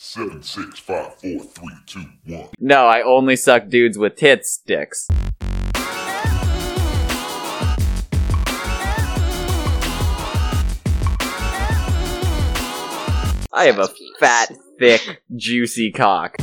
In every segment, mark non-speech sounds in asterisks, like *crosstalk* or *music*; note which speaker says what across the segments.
Speaker 1: Seven, six, five, four, three, two, one.
Speaker 2: No, I only suck dudes with tits dicks. I have a fat, thick, juicy cock.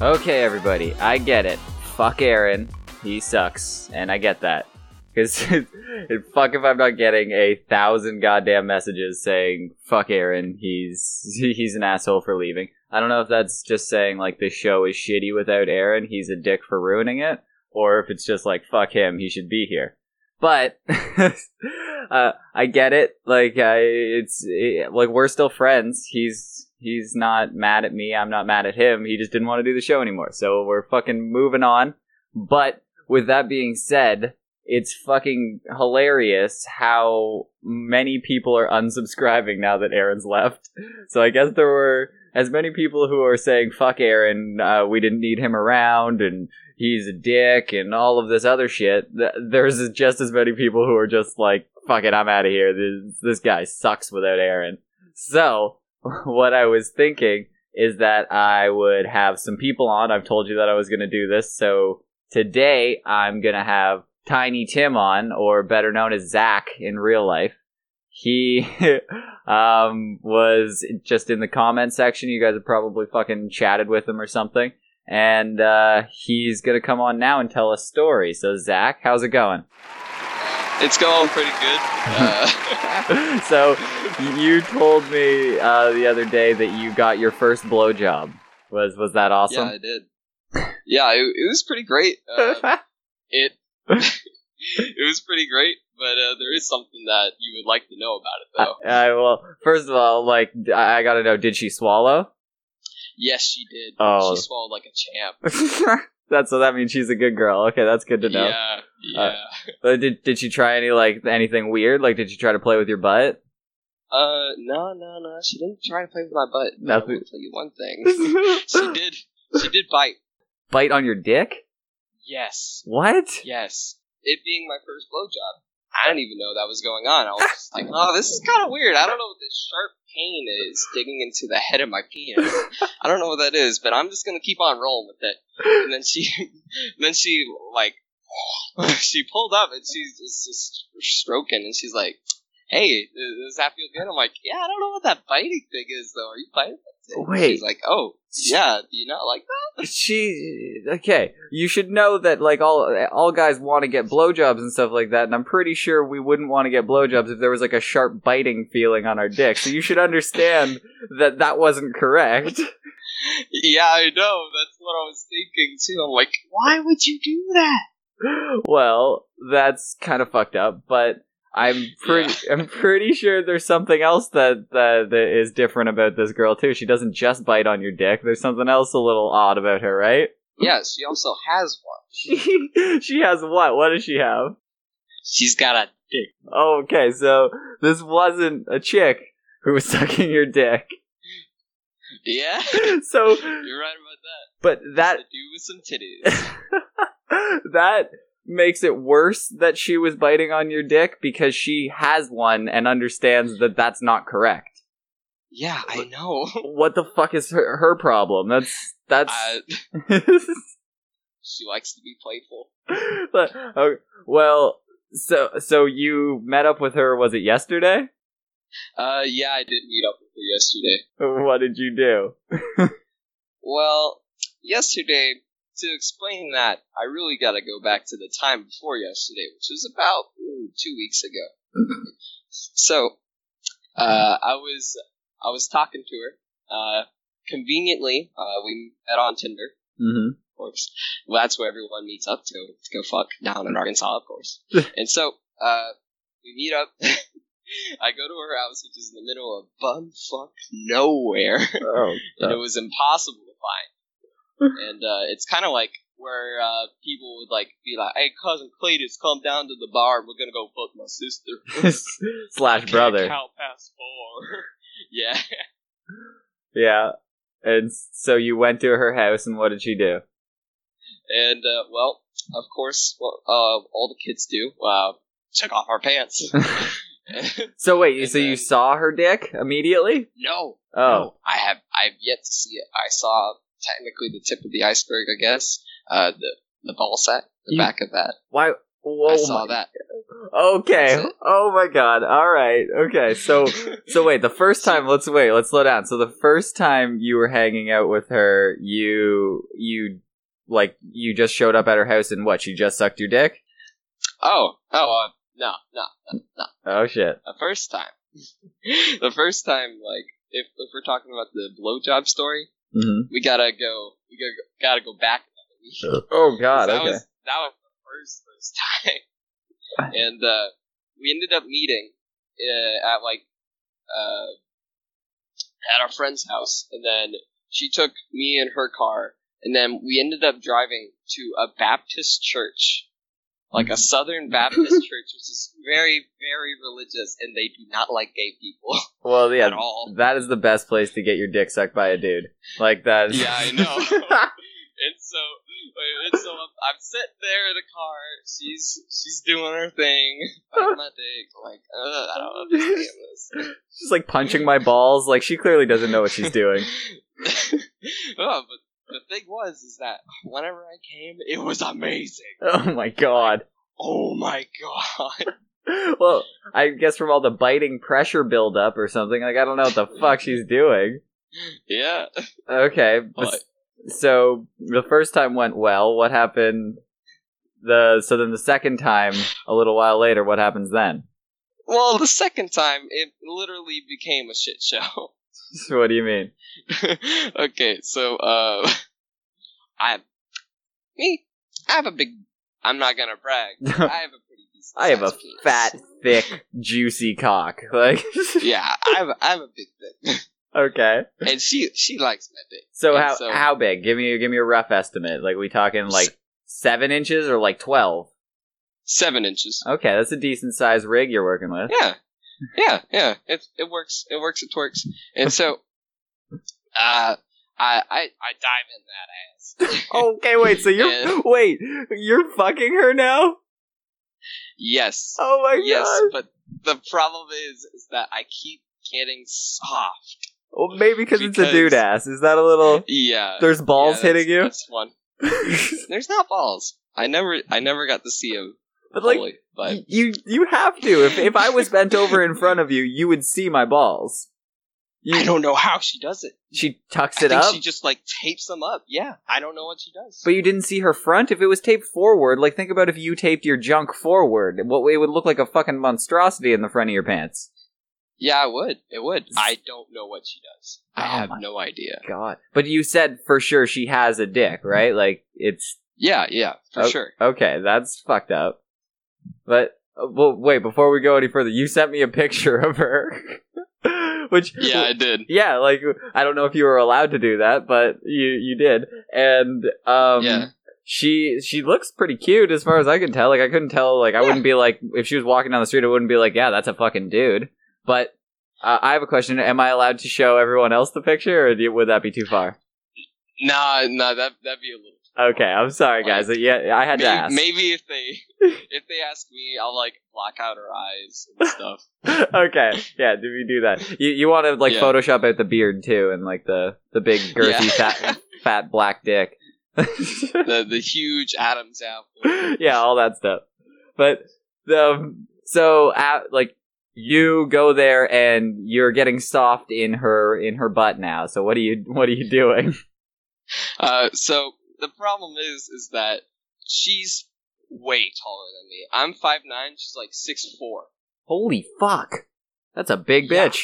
Speaker 2: Okay, everybody, I get it. Fuck Aaron. He sucks, and I get that. Because *laughs* fuck if I'm not getting a thousand goddamn messages saying "fuck Aaron," he's *laughs* he's an asshole for leaving. I don't know if that's just saying like the show is shitty without Aaron, he's a dick for ruining it, or if it's just like "fuck him," he should be here. But *laughs* uh, I get it. Like I, it's it, like we're still friends. He's he's not mad at me. I'm not mad at him. He just didn't want to do the show anymore. So we're fucking moving on. But with that being said, it's fucking hilarious how many people are unsubscribing now that Aaron's left. So I guess there were as many people who are saying "fuck Aaron," uh, we didn't need him around, and he's a dick, and all of this other shit. Th- There's just as many people who are just like, "Fuck it, I'm out of here. This this guy sucks without Aaron." So *laughs* what I was thinking is that I would have some people on. I've told you that I was going to do this, so today I'm going to have Tiny Tim on, or better known as Zach in real life. He *laughs* um, was just in the comment section. You guys have probably fucking chatted with him or something. And uh, he's going to come on now and tell a story. So, Zach, how's it going? *laughs*
Speaker 3: It's going pretty good. Uh,
Speaker 2: so, you told me uh, the other day that you got your first blowjob. Was was that
Speaker 3: yeah,
Speaker 2: awesome?
Speaker 3: I did. Yeah, it, it was pretty great.
Speaker 2: *laughs*
Speaker 3: Uh, it *laughs* it was pretty great, but uh, there is something that you would like to know about it, though.
Speaker 2: I, well, first of all, like I, I gotta know, did she swallow?
Speaker 3: yes, she did.
Speaker 2: Oh.
Speaker 3: She swallowed like a champ. *laughs*
Speaker 2: that's so that means she's a good girl. Okay, that's good to know.
Speaker 3: Yeah, yeah.
Speaker 2: Uh, Uh, did did she try any like anything weird? Like did she try to play with your butt?
Speaker 3: Uh, no, no, no. She didn't try to play with my butt. but I
Speaker 2: Nothing.
Speaker 3: will tell you one thing.
Speaker 2: *laughs*
Speaker 3: she did. She did bite.
Speaker 2: Bite on your dick?
Speaker 3: Yes,
Speaker 2: What?
Speaker 3: yes. It being my first blowjob, I didn't even know that was going on. I
Speaker 2: *laughs*
Speaker 3: was just like, oh, this is kind of weird. I don't know what this sharp pain is digging into the head of my penis. I don't know what that is, but I'm just gonna keep on rolling with it. And then she, *laughs* and then she like, *laughs* she pulled up and she's just, just stroking, and she's like. Hey, does that feel good? I'm like, yeah, I don't know what that biting thing is though. Are you biting? that thing?"
Speaker 2: Wait.
Speaker 3: She's like, oh, yeah. Do you not like that?
Speaker 2: She okay. You should know that like all all guys want to get blowjobs and stuff like that, and I'm pretty sure we wouldn't want to get blowjobs if there was like a sharp biting feeling on our dick. So you should understand that that wasn't correct.
Speaker 3: Yeah, I know. That's what I was thinking too. I'm like, why would you do that?
Speaker 2: Well, that's kind of fucked up, but I'm pretty I'm pretty sure there's something else that, that that is different about this girl too. She doesn't just bite on your dick. There's something else a little odd about her, right? *laughs*
Speaker 3: Yeah, she also has one. *laughs*
Speaker 2: She she has what? What does she have?
Speaker 3: She's got a dick.
Speaker 2: Oh, okay, so this wasn't a chick who was *laughs* sucking your dick.
Speaker 3: *laughs* Yeah,
Speaker 2: So,
Speaker 3: you're right about that.
Speaker 2: but that
Speaker 3: A dude with some titties. *laughs*
Speaker 2: that makes it worse that she was biting on your dick because she has one and understands that that's not correct.
Speaker 3: yeah, I know.
Speaker 2: what the fuck is her, her problem? That's
Speaker 3: *laughs*
Speaker 2: that's.
Speaker 3: Uh, she likes to be playful.
Speaker 2: *laughs* But, oh, well, so so you met up with her? Was it yesterday?
Speaker 3: Uh, yeah, I did meet up with her yesterday.
Speaker 2: What did you do?
Speaker 3: Well, yesterday, to explain that, I really got to go back to the time before yesterday, which was about ooh, two weeks ago. so, uh, I was I was talking to her. Uh, conveniently, uh, we met on Tinder,
Speaker 2: Mm-hmm.
Speaker 3: of course. Well, that's where everyone meets up to to go fuck down in Arkansas, of course. and so, uh, we meet up. *laughs* I go to her house, which is in the middle of bum fuck nowhere
Speaker 2: Oh,
Speaker 3: and it was impossible to find.
Speaker 2: *laughs*
Speaker 3: and uh, it's kind of like where uh, people would like be like, "Hey, cousin Cletus, come down to the bar. We're gonna go fuck my sister."
Speaker 2: slash *laughs* brother.
Speaker 3: Cow past four. *laughs* yeah.
Speaker 2: Yeah. And so you went to her house, and what did she do?
Speaker 3: And uh,
Speaker 2: *laughs*
Speaker 3: well, of course, well, uh, all the kids do. Uh, check off our pants. *laughs*
Speaker 2: So wait,
Speaker 3: And
Speaker 2: so you
Speaker 3: then-
Speaker 2: saw her dick immediately?
Speaker 3: no,
Speaker 2: Oh,
Speaker 3: no, I have I've yet to see it. I saw technically the tip of the iceberg, I guess. Uh, the the ball set, the
Speaker 2: You-
Speaker 3: back of that.
Speaker 2: why? Whoa,
Speaker 3: I saw
Speaker 2: my-
Speaker 3: that.
Speaker 2: Okay.
Speaker 3: That's it.
Speaker 2: Oh my god. All right. Okay. So
Speaker 3: *laughs*
Speaker 2: so wait, the first time let's wait, let's slow down. So the first time you were hanging out with her, you you like you just showed up at her house and what? She just sucked your dick?
Speaker 3: Oh, oh, uh, no, no.
Speaker 2: Oh shit.
Speaker 3: The first time, *laughs* the first time, like if if we're talking about the blowjob story,
Speaker 2: hmm
Speaker 3: we gotta go. We gotta, gotta go back. another week.
Speaker 2: Oh god.
Speaker 3: that
Speaker 2: Okay.
Speaker 3: was that was the first first *laughs* time, and uh, we ended up meeting uh, at like uh, at our friend's house, and then she took me in her car, and then we ended up driving to a Baptist church, like
Speaker 2: Mm.
Speaker 3: a
Speaker 2: *laughs*
Speaker 3: Southern Baptist church, which is very very religious, and they do not like gay people
Speaker 2: well,
Speaker 3: at
Speaker 2: yeah.
Speaker 3: all.
Speaker 2: That is the best place to get your dick sucked by a dude. Like that.
Speaker 3: Yeah,
Speaker 2: *laughs*
Speaker 3: I know. And so, and so I'm, I'm sitting there in the car. She's she's doing her thing. Like my dick, like Ugh, I don't understand this.
Speaker 2: She's like punching my balls. Like she clearly doesn't know what she's
Speaker 3: *laughs*
Speaker 2: doing.
Speaker 3: oh, but the thing was, is that whenever I came, it was amazing.
Speaker 2: Oh my god.
Speaker 3: Oh my *laughs* god!
Speaker 2: well, I guess from all the biting pressure buildup or something. Like I don't know what the fuck she's doing.
Speaker 3: Yeah.
Speaker 2: Okay,
Speaker 3: But-
Speaker 2: so the first time went well. What happened? The so then the second time, a little while later, what happens then? *laughs*
Speaker 3: Well, the second time, it literally became a shit show.
Speaker 2: So what do you mean?
Speaker 3: *laughs* okay, so uh, *laughs* I me, I have a big. I'm not gonna brag.
Speaker 2: *laughs*
Speaker 3: I have a pretty decent.
Speaker 2: I have a
Speaker 3: sized penis.
Speaker 2: fat, thick, juicy cock. *laughs* Like
Speaker 3: *laughs* Yeah, I have. I have a big dick, *laughs*
Speaker 2: okay.
Speaker 3: and she she likes my dick.
Speaker 2: So
Speaker 3: And
Speaker 2: how
Speaker 3: so-
Speaker 2: how big? Give me give me a rough estimate. Like we talking like seven inches or like twelve?
Speaker 3: Seven inches.
Speaker 2: Okay, that's a decent sized rig you're working
Speaker 3: *laughs*
Speaker 2: with.
Speaker 3: Yeah, yeah, yeah. It it works. It works. It works. And so, uh, I I I dive in that ass. *laughs*
Speaker 2: Okay, wait. So you're
Speaker 3: Yeah.
Speaker 2: wait, you're fucking her now?
Speaker 3: yes.
Speaker 2: *laughs* Oh my
Speaker 3: Yes,
Speaker 2: god!
Speaker 3: but the problem is, is that I keep getting soft.
Speaker 2: Well, maybe because it's a
Speaker 3: Because-
Speaker 2: dude ass. Is that a little?
Speaker 3: Yeah,
Speaker 2: There's balls
Speaker 3: Yeah, that's-
Speaker 2: hitting you.
Speaker 3: That's fun.
Speaker 2: *laughs*
Speaker 3: There's not balls. I never, I never got to see him.
Speaker 2: but like
Speaker 3: fully, but
Speaker 2: you, you have to. If if I was bent over in front of you, you would see my balls. You,
Speaker 3: I don't know how she does it.
Speaker 2: She tucks
Speaker 3: I
Speaker 2: it
Speaker 3: think
Speaker 2: up,
Speaker 3: she just like tapes them up. Yeah, I don't know what she does.
Speaker 2: but you didn't see her front. If it was taped forward, like think about if you taped your junk forward, what it would look like a fucking monstrosity in the front of your pants.
Speaker 3: yeah, it would. It would. I don't know what she does. I
Speaker 2: Oh
Speaker 3: have
Speaker 2: my-
Speaker 3: no idea.
Speaker 2: God. But you said for sure she has a dick, right? Like it's
Speaker 3: Yeah, yeah, for
Speaker 2: Oh,
Speaker 3: sure.
Speaker 2: Okay, that's fucked up. But uh, well, wait, before we go any further, you sent me a picture of her, *laughs* which
Speaker 3: Yeah, I did.
Speaker 2: yeah, like I don't know if you were allowed to do that, but you you did, and um,
Speaker 3: Yeah.
Speaker 2: she she looks pretty cute as far as I can tell. Like I couldn't tell, like I
Speaker 3: Yeah.
Speaker 2: wouldn't be like if she was walking down the street, I wouldn't be like, yeah, that's a fucking dude. But uh, I have a question: Am I allowed to show everyone else the picture, or do, would that be too far?
Speaker 3: Nah, nah, that that'd be a little.
Speaker 2: Okay, I'm sorry, guys. Yeah, I had to
Speaker 3: Maybe,
Speaker 2: ask.
Speaker 3: maybe if they if they ask me, I'll like block out her eyes and stuff.
Speaker 2: *laughs* okay, yeah, do we do that? You you want to like
Speaker 3: Yeah.
Speaker 2: Photoshop out the beard too, and like the the big girthy
Speaker 3: Yeah.
Speaker 2: fat fat black dick. *laughs*
Speaker 3: the the huge Adam's apple.
Speaker 2: *laughs* yeah, all that stuff. But um, so uh, like you go there and you're getting soft in her in her butt now. So what are you what are you doing? *laughs*
Speaker 3: Uh, so the problem is, is that she's way taller than me. I'm five nine. She's like six four.
Speaker 2: Holy fuck, that's a big
Speaker 3: Yeah.
Speaker 2: bitch.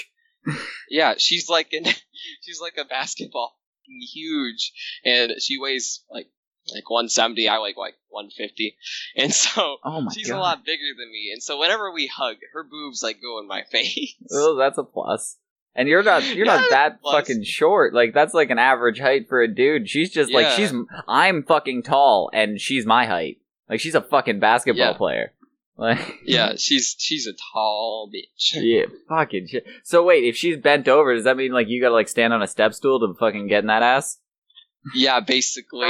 Speaker 3: Yeah, she's like an, *laughs* she's like a basketball, *laughs* huge, and she weighs like like one seventy. I like like one fifty, and so
Speaker 2: Oh my
Speaker 3: she's
Speaker 2: god,
Speaker 3: a lot bigger than me. And so whenever we hug, her boobs like go in my *laughs* face.
Speaker 2: Oh, that's a plus. And you're not you're not
Speaker 3: Yeah,
Speaker 2: that
Speaker 3: plus.
Speaker 2: fucking short. Like that's like an average height for a dude. She's just like
Speaker 3: Yeah.
Speaker 2: she's I'm fucking tall and she's my height. Like she's a fucking basketball
Speaker 3: Yeah.
Speaker 2: player. *laughs* Like
Speaker 3: yeah, she's she's a tall bitch.
Speaker 2: yeah, fucking shit. So wait, if she's bent over, does that mean like you gotta like stand on a step stool to fucking get in that ass? *laughs*
Speaker 3: Yeah, basically,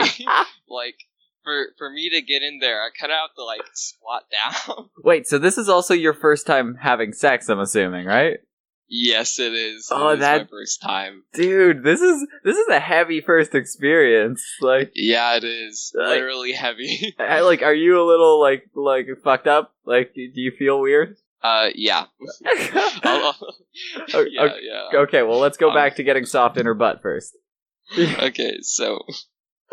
Speaker 3: like for for me to get in there, I kind of have to like squat down.
Speaker 2: Wait, so this is also your first time having sex, I'm assuming, right?
Speaker 3: yes, it is.
Speaker 2: Oh,
Speaker 3: it is
Speaker 2: that-
Speaker 3: my first time.
Speaker 2: Dude, this is this is a heavy first experience. Like
Speaker 3: Yeah, it is
Speaker 2: Like-
Speaker 3: literally heavy. *laughs*
Speaker 2: I, like are you a little like like fucked up? Like do do you feel weird? *laughs*
Speaker 3: uh, yeah. I'll-
Speaker 2: O-
Speaker 3: *laughs* yeah,
Speaker 2: o-
Speaker 3: yeah.
Speaker 2: okay, well, let's go
Speaker 3: Um,
Speaker 2: back to getting soft in her butt first.
Speaker 3: okay, so *laughs*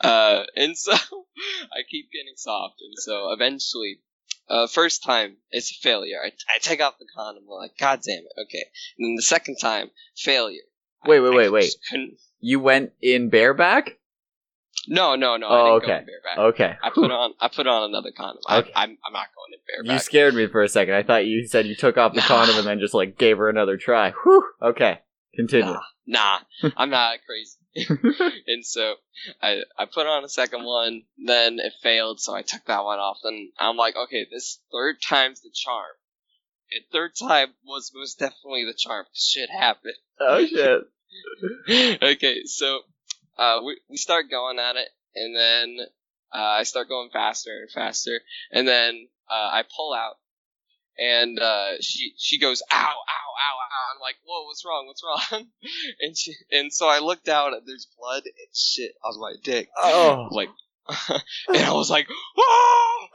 Speaker 3: uh and so *laughs* I keep getting soft and so eventually uh first time it's a failure. I, I take off the condom, I'm like, God damn it, okay. And then the second time, failure. I-
Speaker 2: Wait, wait,
Speaker 3: I
Speaker 2: wait, wait.
Speaker 3: just couldn't-
Speaker 2: You went in bareback?
Speaker 3: No, no, no,
Speaker 2: Oh,
Speaker 3: I didn't
Speaker 2: okay.
Speaker 3: go in bareback.
Speaker 2: Okay.
Speaker 3: I put on I put on another condom. I,
Speaker 2: Okay.
Speaker 3: I'm I'm not going in bareback.
Speaker 2: You scared me for a second. I thought you said you took
Speaker 3: *laughs*
Speaker 2: off the
Speaker 3: Nah.
Speaker 2: condom and then just like gave her another try. Whew. Okay. Continue.
Speaker 3: Nah, nah, I'm not crazy. and so I I put on a second one, then it failed, so I took that one off. Then I'm like, okay, this third time's the charm. And third time was most definitely the charm. Shit happened.
Speaker 2: Oh shit.
Speaker 3: *laughs* okay, so uh, we we start going at it, and then uh, I start going faster and faster, and then uh, I pull out, and uh, she she goes ow ow ow ow. I'm like, whoa, what's wrong? What's wrong? *laughs* and she and so I look down, and there's blood and shit on my dick.
Speaker 2: Oh.
Speaker 3: *laughs* like, and I was like, oh,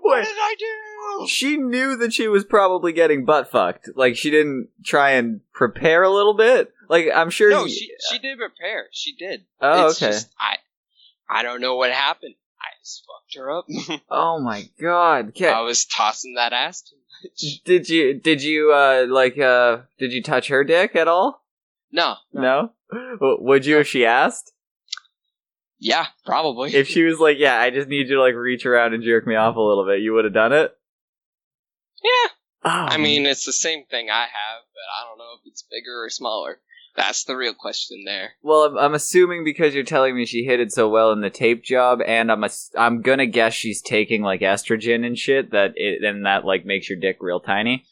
Speaker 3: what
Speaker 2: Wait.
Speaker 3: did I do?
Speaker 2: She knew that she was probably getting butt fucked. Like she didn't try and prepare a little bit. Like I'm sure.
Speaker 3: No,
Speaker 2: you-
Speaker 3: she she did repair. She did.
Speaker 2: oh
Speaker 3: It's
Speaker 2: okay.
Speaker 3: just, I I don't know what happened. I just fucked her up.
Speaker 2: Oh my god. Okay.
Speaker 3: I was tossing that ass too
Speaker 2: *laughs*
Speaker 3: much.
Speaker 2: did you did you uh like uh did you touch her dick at all?
Speaker 3: No.
Speaker 2: No. W- Would you if she asked?
Speaker 3: Yeah, probably.
Speaker 2: If she was like, "Yeah, I just need you to like reach around and jerk me off a little bit," you would have done it.
Speaker 3: *laughs* yeah.
Speaker 2: Oh,
Speaker 3: I mean, it's the same thing I have, but I don't know if it's bigger or smaller. That's the real question there.
Speaker 2: Well, I'm, I'm assuming because you're telling me she hit it so well in the tape job, and I'm ass- I'm gonna guess she's taking like estrogen and shit that it and that like makes your dick real tiny.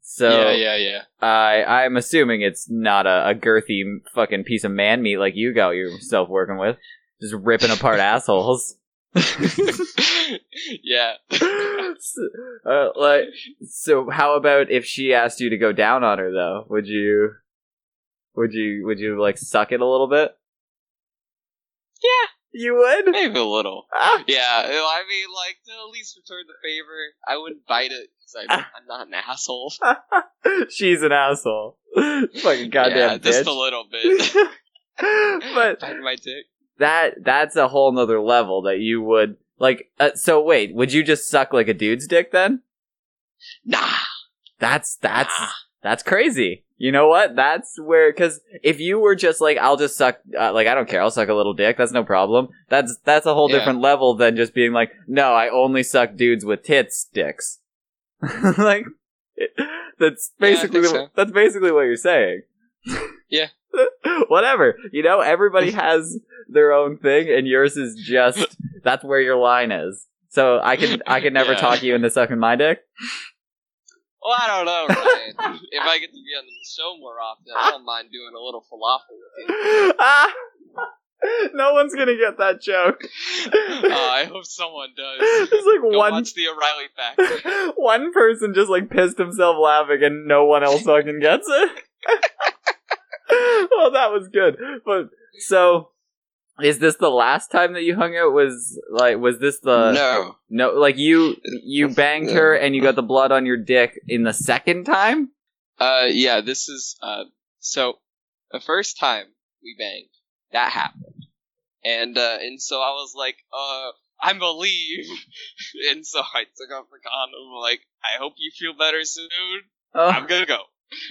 Speaker 2: So
Speaker 3: yeah,
Speaker 2: *laughs*
Speaker 3: yeah, yeah. *laughs*
Speaker 2: I I'm assuming it's not a, a girthy fucking piece of man meat like you got yourself working with, just ripping apart *laughs* assholes.
Speaker 3: yeah. *laughs*
Speaker 2: S- *laughs* uh, like, so how about if she asked you to go down on her though? Would you? Would you? Would you like suck it a little bit?
Speaker 3: Yeah,
Speaker 2: You would.
Speaker 3: maybe a little.
Speaker 2: Ah,
Speaker 3: Yeah, I mean, like, to at least return the favor. I wouldn't bite it, because
Speaker 2: Ah.
Speaker 3: I'm, I'm not an asshole.
Speaker 2: She's an asshole. *laughs* Fucking *laughs*
Speaker 3: yeah,
Speaker 2: goddamn
Speaker 3: Just
Speaker 2: *laughs*
Speaker 3: a
Speaker 2: bitch.
Speaker 3: little bit. *laughs*
Speaker 2: but
Speaker 3: Bite my dick.
Speaker 2: that that's a whole nother level that you would like. Uh, so wait, would you just suck like a dude's dick then?
Speaker 3: Nah.
Speaker 2: That's that's
Speaker 3: Nah.
Speaker 2: that's crazy. You know what? That's where because if you were just like, I'll just suck, uh, like I don't care, I'll suck a little dick. That's no problem. That's that's a whole
Speaker 3: Yeah.
Speaker 2: different level than just being like, no, I only suck dudes with tits dicks. *laughs* like it- that's
Speaker 3: Yeah, I think
Speaker 2: basically
Speaker 3: so.
Speaker 2: that's basically what you're saying.
Speaker 3: Yeah.
Speaker 2: *laughs* Whatever. You know,
Speaker 3: *laughs*
Speaker 2: everybody has their own thing, and yours is just that's where your line is. So I can I can never
Speaker 3: Yeah.
Speaker 2: talk you into sucking my dick.
Speaker 3: Well, I don't know,
Speaker 2: *laughs*
Speaker 3: Ryan. if I get to be on the show more often, I don't mind doing a little falafel with you.
Speaker 2: ah! No one's gonna get that joke. *laughs*
Speaker 3: Uh, I hope someone does.
Speaker 2: There's like
Speaker 3: Go
Speaker 2: one
Speaker 3: watch the O'Reilly Factor.
Speaker 2: *laughs* one person just like pissed himself laughing and no one else fucking gets it. *laughs* well, that was good. But so is this the last time that you hung out was like was this the
Speaker 3: Uh, no,
Speaker 2: no like you
Speaker 3: *laughs*
Speaker 2: you banged her and you got the blood on your dick in the second time?
Speaker 3: uh, yeah, this is uh, so the first time we banged, that happened, and uh, and so I was like, uh, I'm a leave, *laughs* and so I took off the condom, like, I hope you feel better soon.
Speaker 2: *laughs* Oh,
Speaker 3: I'm gonna go.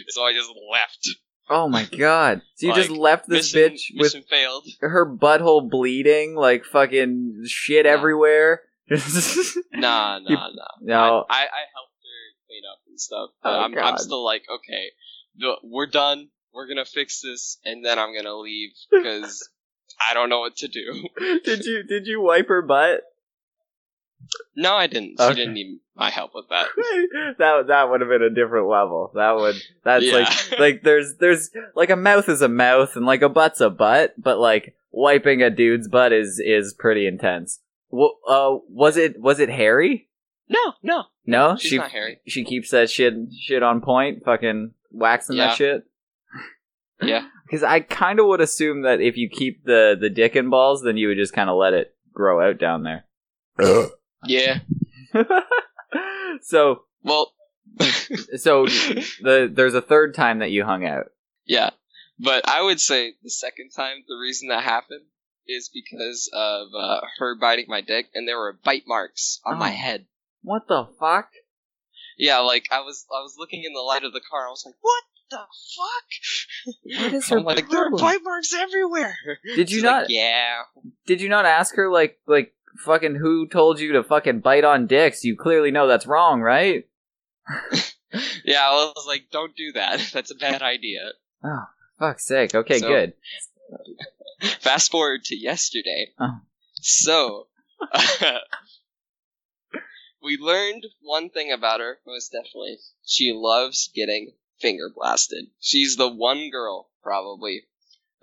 Speaker 3: So I just left.
Speaker 2: oh my god. So you just
Speaker 3: Like,
Speaker 2: left this
Speaker 3: mission,
Speaker 2: bitch with
Speaker 3: mission failed.
Speaker 2: her butthole bleeding, like fucking shit
Speaker 3: Yeah.
Speaker 2: everywhere. *laughs*
Speaker 3: Nah, nah,
Speaker 2: You-
Speaker 3: nah.
Speaker 2: no.
Speaker 3: I, I, I helped her clean up and stuff. But
Speaker 2: Oh,
Speaker 3: I'm, I'm
Speaker 2: God.
Speaker 3: still like, okay, the, we're done. We're gonna fix this, and then I'm
Speaker 2: *laughs*
Speaker 3: gonna leave because I don't know what to do.
Speaker 2: *laughs*
Speaker 3: *laughs*
Speaker 2: did you did you wipe her butt? *laughs*
Speaker 3: No, I didn't.
Speaker 2: Okay.
Speaker 3: She didn't need my help with that.
Speaker 2: that that would have been a different level. That would that's
Speaker 3: Yeah. *laughs*
Speaker 2: like like there's there's like a mouth is a mouth and like a butt's a butt, but like wiping a dude's butt is is pretty intense. Well, uh, was it was it Harry?
Speaker 3: No, no,
Speaker 2: No,
Speaker 3: she's
Speaker 2: she *laughs*
Speaker 3: not Harry.
Speaker 2: she keeps that shit shit on point, fucking waxing
Speaker 3: Yeah.
Speaker 2: that shit.
Speaker 3: *laughs*
Speaker 2: *laughs*
Speaker 3: Yeah.
Speaker 2: because I kind of would assume that if you keep the the dick and balls, then you would just kind of let it grow out down there. *laughs*
Speaker 1: Uh,
Speaker 3: Yeah.
Speaker 2: so
Speaker 3: Well, *laughs*
Speaker 2: so the there's a third time that you hung out.
Speaker 3: yeah. But I would say the second time, the reason that happened is because of uh, her biting my dick, and there were bite marks on my
Speaker 2: Oh.
Speaker 3: head.
Speaker 2: What the fuck?
Speaker 3: Yeah, like I was, I was looking in the light of the car. I was like, "What the fuck?"
Speaker 2: What is
Speaker 3: *laughs* I'm
Speaker 2: her
Speaker 3: like, "There are
Speaker 2: problem?"
Speaker 3: bite marks everywhere."
Speaker 2: Did you
Speaker 3: She's
Speaker 2: not
Speaker 3: Like, yeah.
Speaker 2: did you not ask her like like fucking who told you to fucking bite on dicks? You clearly know that's wrong, right?
Speaker 3: Yeah, I was like, "Don't do that. *laughs* That's a bad idea."
Speaker 2: Fuck's sake. Okay,
Speaker 3: So-
Speaker 2: good.
Speaker 3: Fast forward to yesterday.
Speaker 2: Oh.
Speaker 3: So, *laughs* we learned one thing about her, most definitely. She loves getting finger blasted. She's the one girl, probably,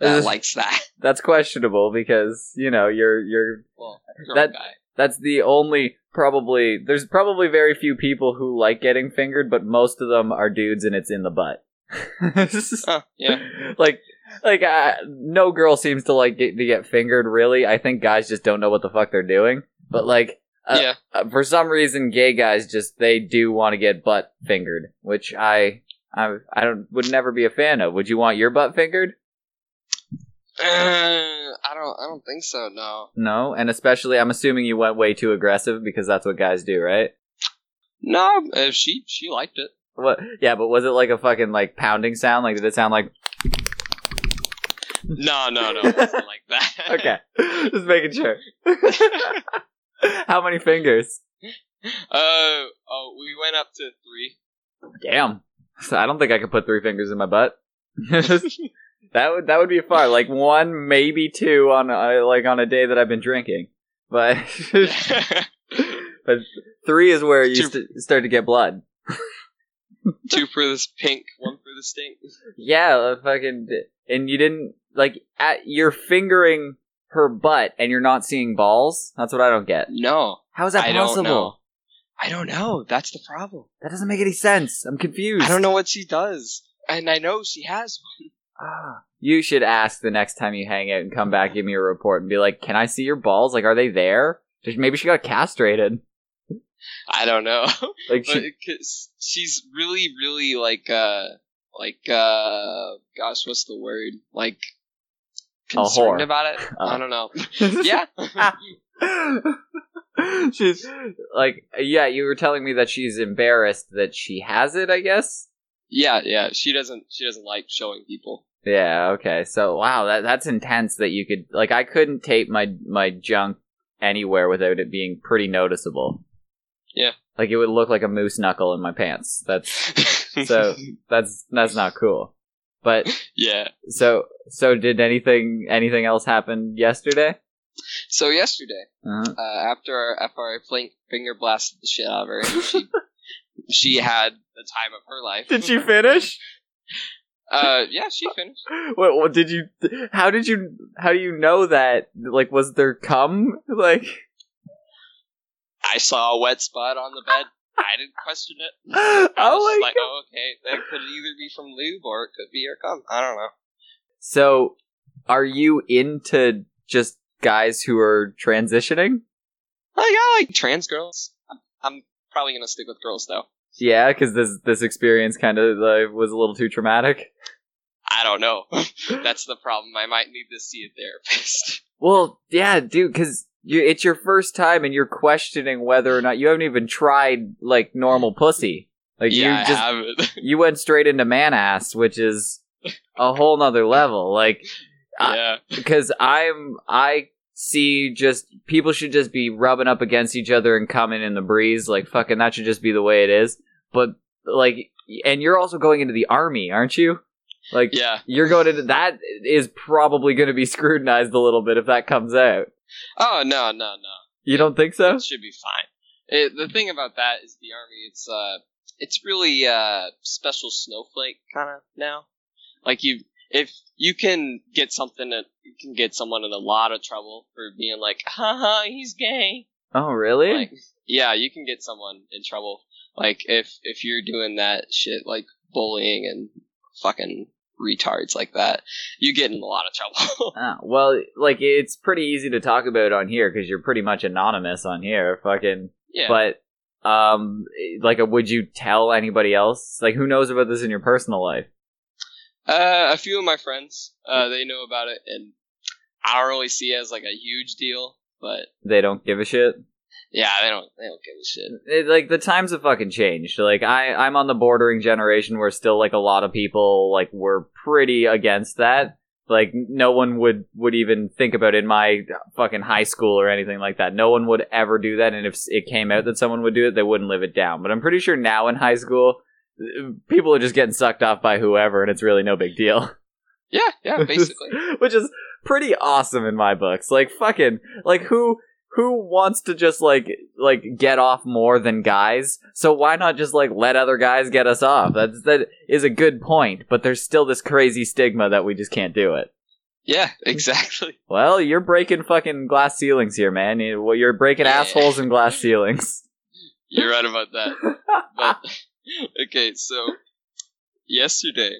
Speaker 3: that
Speaker 2: This is-
Speaker 3: likes that.
Speaker 2: That's questionable because, you know, you're you're
Speaker 3: Well, girl
Speaker 2: That-
Speaker 3: guy.
Speaker 2: that's the only probably there's probably very few people who like getting fingered, but most of them are dudes and it's in the butt. *laughs*
Speaker 3: Huh, yeah.
Speaker 2: Like like uh, no girl seems to like get, to get fingered really. I think guys just don't know what the fuck they're doing. But like Uh,
Speaker 3: yeah.
Speaker 2: uh, for some reason, gay guys just they do want to get butt fingered, which I I I don't would never be a fan of. Would you want your butt fingered?
Speaker 3: Uh, I don't. I don't think so. No.
Speaker 2: No, and especially I'm assuming you went way too aggressive because that's what guys do, right?
Speaker 3: No. Uh, she she
Speaker 2: *laughs*
Speaker 3: liked it.
Speaker 2: What? Yeah, but was it like a fucking like pounding sound? Like did it sound like
Speaker 3: No. No. No.
Speaker 2: *laughs*
Speaker 3: It wasn't like that.
Speaker 2: okay? *laughs* just making sure. *laughs* How many fingers?
Speaker 3: *laughs* Uh. Oh. We went up to three.
Speaker 2: Damn, so I don't think I could put three fingers in my butt. *laughs* that would that would be far. Like one, maybe two on a, like on a day that I've been drinking, but. *laughs* but three is where you
Speaker 3: Two-
Speaker 2: st- start to get blood.
Speaker 3: *laughs* Two for this pink, one for the stink.
Speaker 2: Yeah, uh, fucking. And you didn't like at, you're fingering her butt, and you're not seeing balls. That's what I don't get.
Speaker 3: No,
Speaker 2: How is that
Speaker 3: I
Speaker 2: possible?
Speaker 3: don't know. I don't know. That's the problem.
Speaker 2: That doesn't make any sense. I'm confused.
Speaker 3: I don't know what she does, and I know she has.
Speaker 2: Ah. You should ask the next time you hang out and come back, give me a report, and be like, "Can I see your balls? Like, are they there? Just- Maybe she got castrated.
Speaker 3: One. I don't know, *laughs*
Speaker 2: Like,
Speaker 3: but
Speaker 2: she,
Speaker 3: it- 'cause she's really, really like, uh, like, uh, gosh, what's the word? Like,
Speaker 2: whore.
Speaker 3: concerned about it.
Speaker 2: Oh.
Speaker 3: I don't know. *laughs* Yeah,
Speaker 2: *laughs* she's like, yeah. You were telling me that she's embarrassed that she has it. I guess.
Speaker 3: yeah, yeah. She doesn't. She doesn't like showing
Speaker 2: *laughs*
Speaker 3: people.
Speaker 2: Yeah, okay. So wow, that that's intense that you could like I couldn't tape my my junk anywhere without it being pretty noticeable.
Speaker 3: Yeah.
Speaker 2: Like it would look like a moose knuckle in my pants.
Speaker 3: *laughs*
Speaker 2: That's *laughs* So- that's that's not cool. But
Speaker 3: yeah.
Speaker 2: so so did anything anything else happen yesterday?
Speaker 3: So yesterday,
Speaker 2: Uh-huh.
Speaker 3: uh, after our FRA fling- finger blasted the shit out of her,
Speaker 2: *laughs*
Speaker 3: she, she had the time of her life.
Speaker 2: Did she finish?
Speaker 3: *laughs* Uh, yeah, she finished.
Speaker 2: What, what did you how did you how do you know that like was there cum *laughs* like
Speaker 3: I saw a wet spot on the bed. I didn't question it.
Speaker 2: *laughs* Oh
Speaker 3: I was just
Speaker 2: my
Speaker 3: like, oh, okay, that could either be from lube or it could be her cum. I don't know.
Speaker 2: So, are you into just guys who are transitioning?
Speaker 3: Like, I like trans girls. I'm, I'm probably gonna stick with girls though.
Speaker 2: Yeah, because this this experience kind of uh, was a little too traumatic.
Speaker 3: I don't know. *laughs* That's the problem. I might need to see a therapist.
Speaker 2: Well, yeah, dude, because you, it's your first time and you're questioning whether or not you haven't even tried like normal pussy. Like
Speaker 3: yeah,
Speaker 2: you
Speaker 3: I
Speaker 2: just
Speaker 3: *laughs* haven't.
Speaker 2: you went straight into man ass, which is a whole nother level. Like I-
Speaker 3: yeah.
Speaker 2: because I'm I see just people should just be rubbing up against each other and coming in the breeze like fucking that should just be the way it is. But like and you're also going into the army, aren't you? Like
Speaker 3: Yeah.
Speaker 2: you're going into that is probably going to be *laughs* scrutinized a little bit if that comes out.
Speaker 3: Oh no, no, no.
Speaker 2: You don't think so?
Speaker 3: It should be fine. It, the thing about that is the army. It's uh, it's really uh, special snowflake kind of now. Like you, if you can get something that you can get someone in a lot of trouble for being like, haha, he's gay.
Speaker 2: Oh, really?
Speaker 3: Like, yeah, you can get someone in trouble. Like if if you're doing that shit, like bullying and fucking retards like that, you get in a lot of trouble. *laughs*
Speaker 2: Ah, well, like it's pretty easy to talk about on here because you're pretty much anonymous on here. Fucking,
Speaker 3: yeah,
Speaker 2: but um, like, would you tell anybody else? Like, who knows about this in your personal life?
Speaker 3: Uh, a few of my friends, uh, they know about it, and I don't really see it as like a huge deal. But
Speaker 2: They don't give a shit.
Speaker 3: yeah, they don't they don't give a shit.
Speaker 2: It, like the times have fucking changed. Like I, I'm on the bordering generation where still like a lot of people like were pretty against that. Like no one would would even think about it in my fucking high school or anything like that. No one would ever do that, and if it came out that someone would do it, they wouldn't live it down. But I'm pretty sure now in high school, uh, people are just getting sucked off by whoever, and it's really no big deal. *laughs*
Speaker 3: Yeah, yeah, basically.
Speaker 2: which is pretty awesome in my books. Like fucking like who who wants to just like like get off more than guys? So why not just like let other guys get us off? That's that is a good point, but there's still this crazy stigma that we just can't do it.
Speaker 3: yeah, exactly.
Speaker 2: Well, you're breaking fucking glass ceilings here, man. You- well, You're breaking
Speaker 3: Yeah.
Speaker 2: assholes and
Speaker 3: *laughs*
Speaker 2: glass ceilings.
Speaker 3: You're right about that. But *laughs* okay, so yesterday,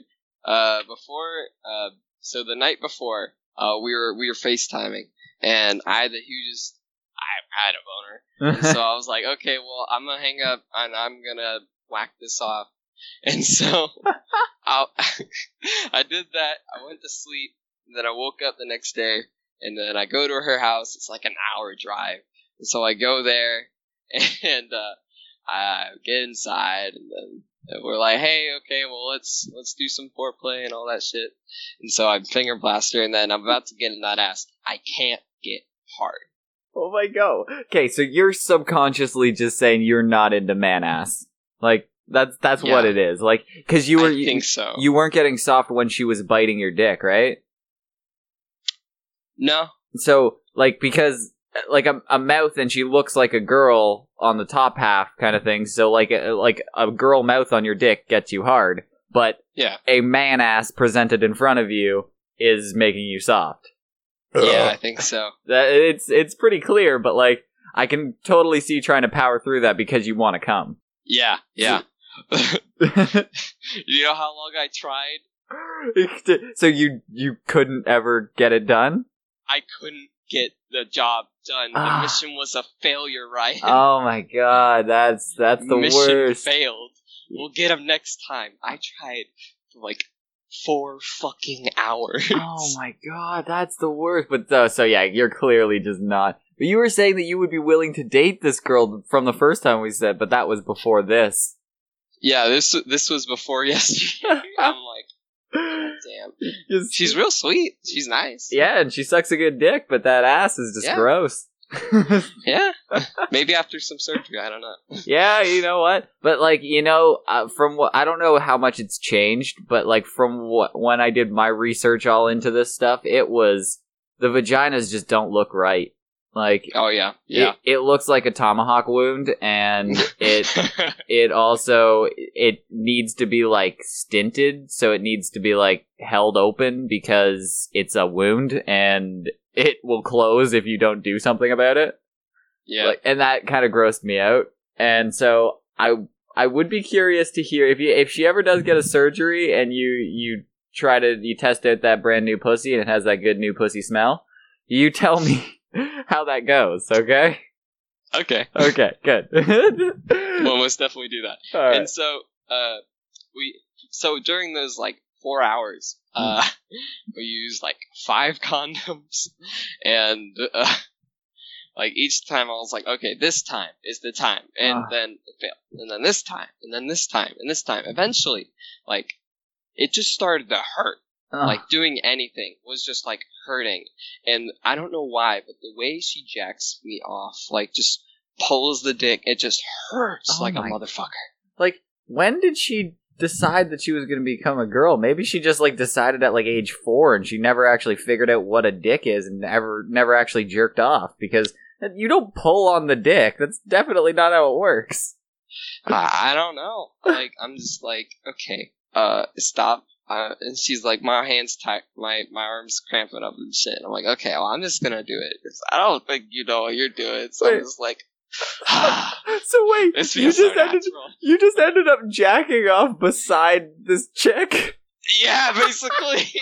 Speaker 3: uh, before, uh, so the night before, uh, we were we were FaceTiming, and I had the hugest. I, I had a boner. so I was like, okay, well, I'm gonna hang up and I'm gonna whack this off. *laughs*
Speaker 2: *laughs*
Speaker 3: And so I, *laughs* I did that. I went to sleep. And then I woke up the next day, and then I go to her house. It's like an hour drive. And so I go there, *laughs* and uh, I get inside, and then and we're like, hey, okay, well, let's let's do some foreplay and all that shit. And so I'm finger blastering, and then I'm about to get in that ass. I can't get hard.
Speaker 2: *laughs* oh my god. Okay, so you're subconsciously just saying you're not into man ass. Like that's that's what
Speaker 3: Yeah.
Speaker 2: it is. Like because you were
Speaker 3: I think so.
Speaker 2: You weren't getting soft when she was biting your dick, right?
Speaker 3: no,
Speaker 2: So, like, because, like, a, a mouth and she looks like a girl on the top half kind of thing. So, like, a, like a girl mouth on your dick gets you hard, but
Speaker 3: Yeah.
Speaker 2: a man ass presented in front of you is making you soft.
Speaker 3: yeah, I think so.
Speaker 2: That, it's it's pretty clear, but like, I can totally see you trying to power through that because you want to come. *laughs*
Speaker 3: Yeah, yeah. *laughs* you know how long I tried?
Speaker 2: so you you couldn't ever get it done.
Speaker 3: I couldn't get the job done. The
Speaker 2: Ah.
Speaker 3: mission was a failure, Ryan. *laughs*
Speaker 2: Oh my god, that's that's the
Speaker 3: mission
Speaker 2: worst.
Speaker 3: failed. We'll get him next time. I tried for like four fucking hours.
Speaker 2: oh my god, that's the worst. But uh, so yeah, you're clearly just not. But you were saying that you would be willing to date this girl from the first time we said, but that was before this.
Speaker 3: *laughs* Yeah, this this was before *laughs* yesterday. I'm like, damn.
Speaker 2: Just-
Speaker 3: She's real sweet. She's nice.
Speaker 2: yeah, and she sucks a good dick, but that ass is just
Speaker 3: Yeah.
Speaker 2: gross.
Speaker 3: Yeah. *laughs* Maybe after some surgery, I don't know.
Speaker 2: yeah, you know what? But like, you know, uh, from what I don't know how much it's changed, but like from what when I did my research all into this stuff, it was the vaginas just don't look right. Like
Speaker 3: Oh yeah. Yeah.
Speaker 2: It, it looks like a tomahawk wound,
Speaker 3: *laughs*
Speaker 2: and it *laughs* it also it needs to be like stinted, so it needs to be like held open because it's a wound, and it will close if you don't do something about it.
Speaker 3: yeah.
Speaker 2: Like, and that kind of grossed me out, and so I I would be curious to hear if you if she ever does get a surgery and you you try to you test out that brand new pussy and it has that good new pussy smell, you tell me *laughs* how that goes, okay?
Speaker 3: okay.
Speaker 2: Okay, *laughs* good. *laughs*
Speaker 3: We'll most definitely do that.
Speaker 2: All right.
Speaker 3: and so uh we so during those like four hours
Speaker 2: Mm.
Speaker 3: uh *laughs* we used like five *laughs* condoms and uh like each time i was like okay this time is the time and
Speaker 2: Ah.
Speaker 3: then it failed and then this time and then this time and this time eventually like it just started to hurt
Speaker 2: Ugh.
Speaker 3: like doing anything was just like hurting and i don't know why but the way she jacks me off like just pulls the dick it just hurts
Speaker 2: Oh
Speaker 3: like a
Speaker 2: my-
Speaker 3: motherfucker
Speaker 2: like when did she decide that she was going to become a girl? Maybe she just like decided at like age 4 and she never actually figured out what a dick is and never never actually jerked off because you don't pull on the dick. That's definitely not how it works. *laughs*
Speaker 3: I, I don't know. Like I'm just like okay, uh, stop. Uh, and she's like, my hands tight, my my arms cramping up and shit. And I'm like, okay, well, I'm just gonna do it. 'Cause I don't think you know what you're doing. So
Speaker 2: Wait.
Speaker 3: I'm
Speaker 2: *laughs*
Speaker 3: just like, *sighs*
Speaker 2: So wait,
Speaker 3: this
Speaker 2: you
Speaker 3: feels
Speaker 2: just
Speaker 3: so
Speaker 2: ended
Speaker 3: natural.
Speaker 2: you just ended up jacking off beside this chick *laughs*
Speaker 3: Yeah, basically.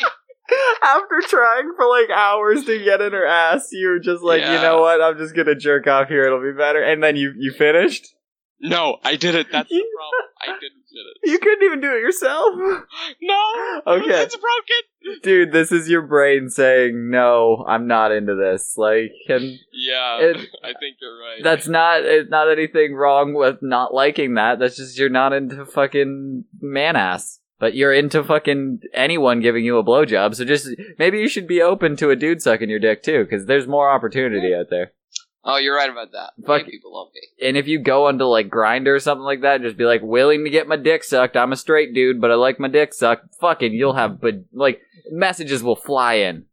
Speaker 2: after trying for like hours to get in her ass. You were just like, you
Speaker 3: Yeah.
Speaker 2: know what? I'm just gonna jerk off here. It'll be better. And then you you finished.
Speaker 3: no, I did it. That's the
Speaker 2: You-
Speaker 3: *laughs* problem. I didn't do it.
Speaker 2: You couldn't even do it yourself.
Speaker 3: No.
Speaker 2: Okay.
Speaker 3: It's broken.
Speaker 2: Dude, this is your brain saying, "No, I'm not into this." Like, and
Speaker 3: Yeah,
Speaker 2: It-
Speaker 3: I think you're right.
Speaker 2: that's not it's not anything wrong with not liking that. That's just you're not into fucking man ass. But you're into fucking anyone giving you a blowjob, so just maybe you should be open to a dude sucking your dick too, because there's more opportunity out there.
Speaker 3: oh, you're right about that.
Speaker 2: Fuck-
Speaker 3: Fuck people love
Speaker 2: *laughs*
Speaker 3: me.
Speaker 2: And if you go onto like Grinder or something like that, just be like willing to get my dick sucked. I'm a straight dude, but I like my dick sucked. Fucking, you'll have but like messages will fly in.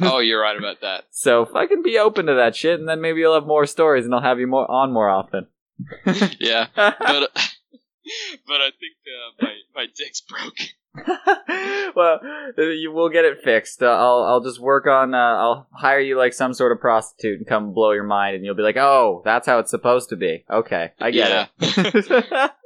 Speaker 3: oh, you're right about that.
Speaker 2: So fucking be open to that shit, and then maybe you'll have more stories, and I'll have you more on more often. *laughs*
Speaker 3: Yeah, but *laughs* but I think uh, my my dick's broken.
Speaker 2: well, uh, you will get it fixed. Uh, I'll I'll just work on. Uh, I'll hire you like some sort of prostitute and come blow your mind, and you'll be like, "Oh, that's how it's supposed to be." Okay, I get
Speaker 3: yeah.
Speaker 2: it. *laughs*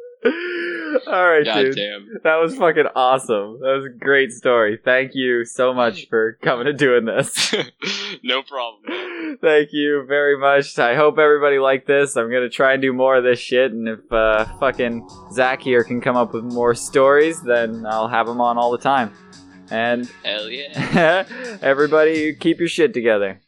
Speaker 2: All right,
Speaker 3: God
Speaker 2: dude.
Speaker 3: damn.
Speaker 2: That was fucking awesome. That was a great story. Thank you so much for coming and doing this. *laughs*
Speaker 3: *laughs* no problem. man.
Speaker 2: Thank you very much. I hope everybody liked this. I'm gonna try and do more of this shit, and if uh, fucking Zach here can come up with more stories, then I'll have him on all the time. And *laughs*
Speaker 3: Hell yeah.
Speaker 2: everybody, keep your shit together.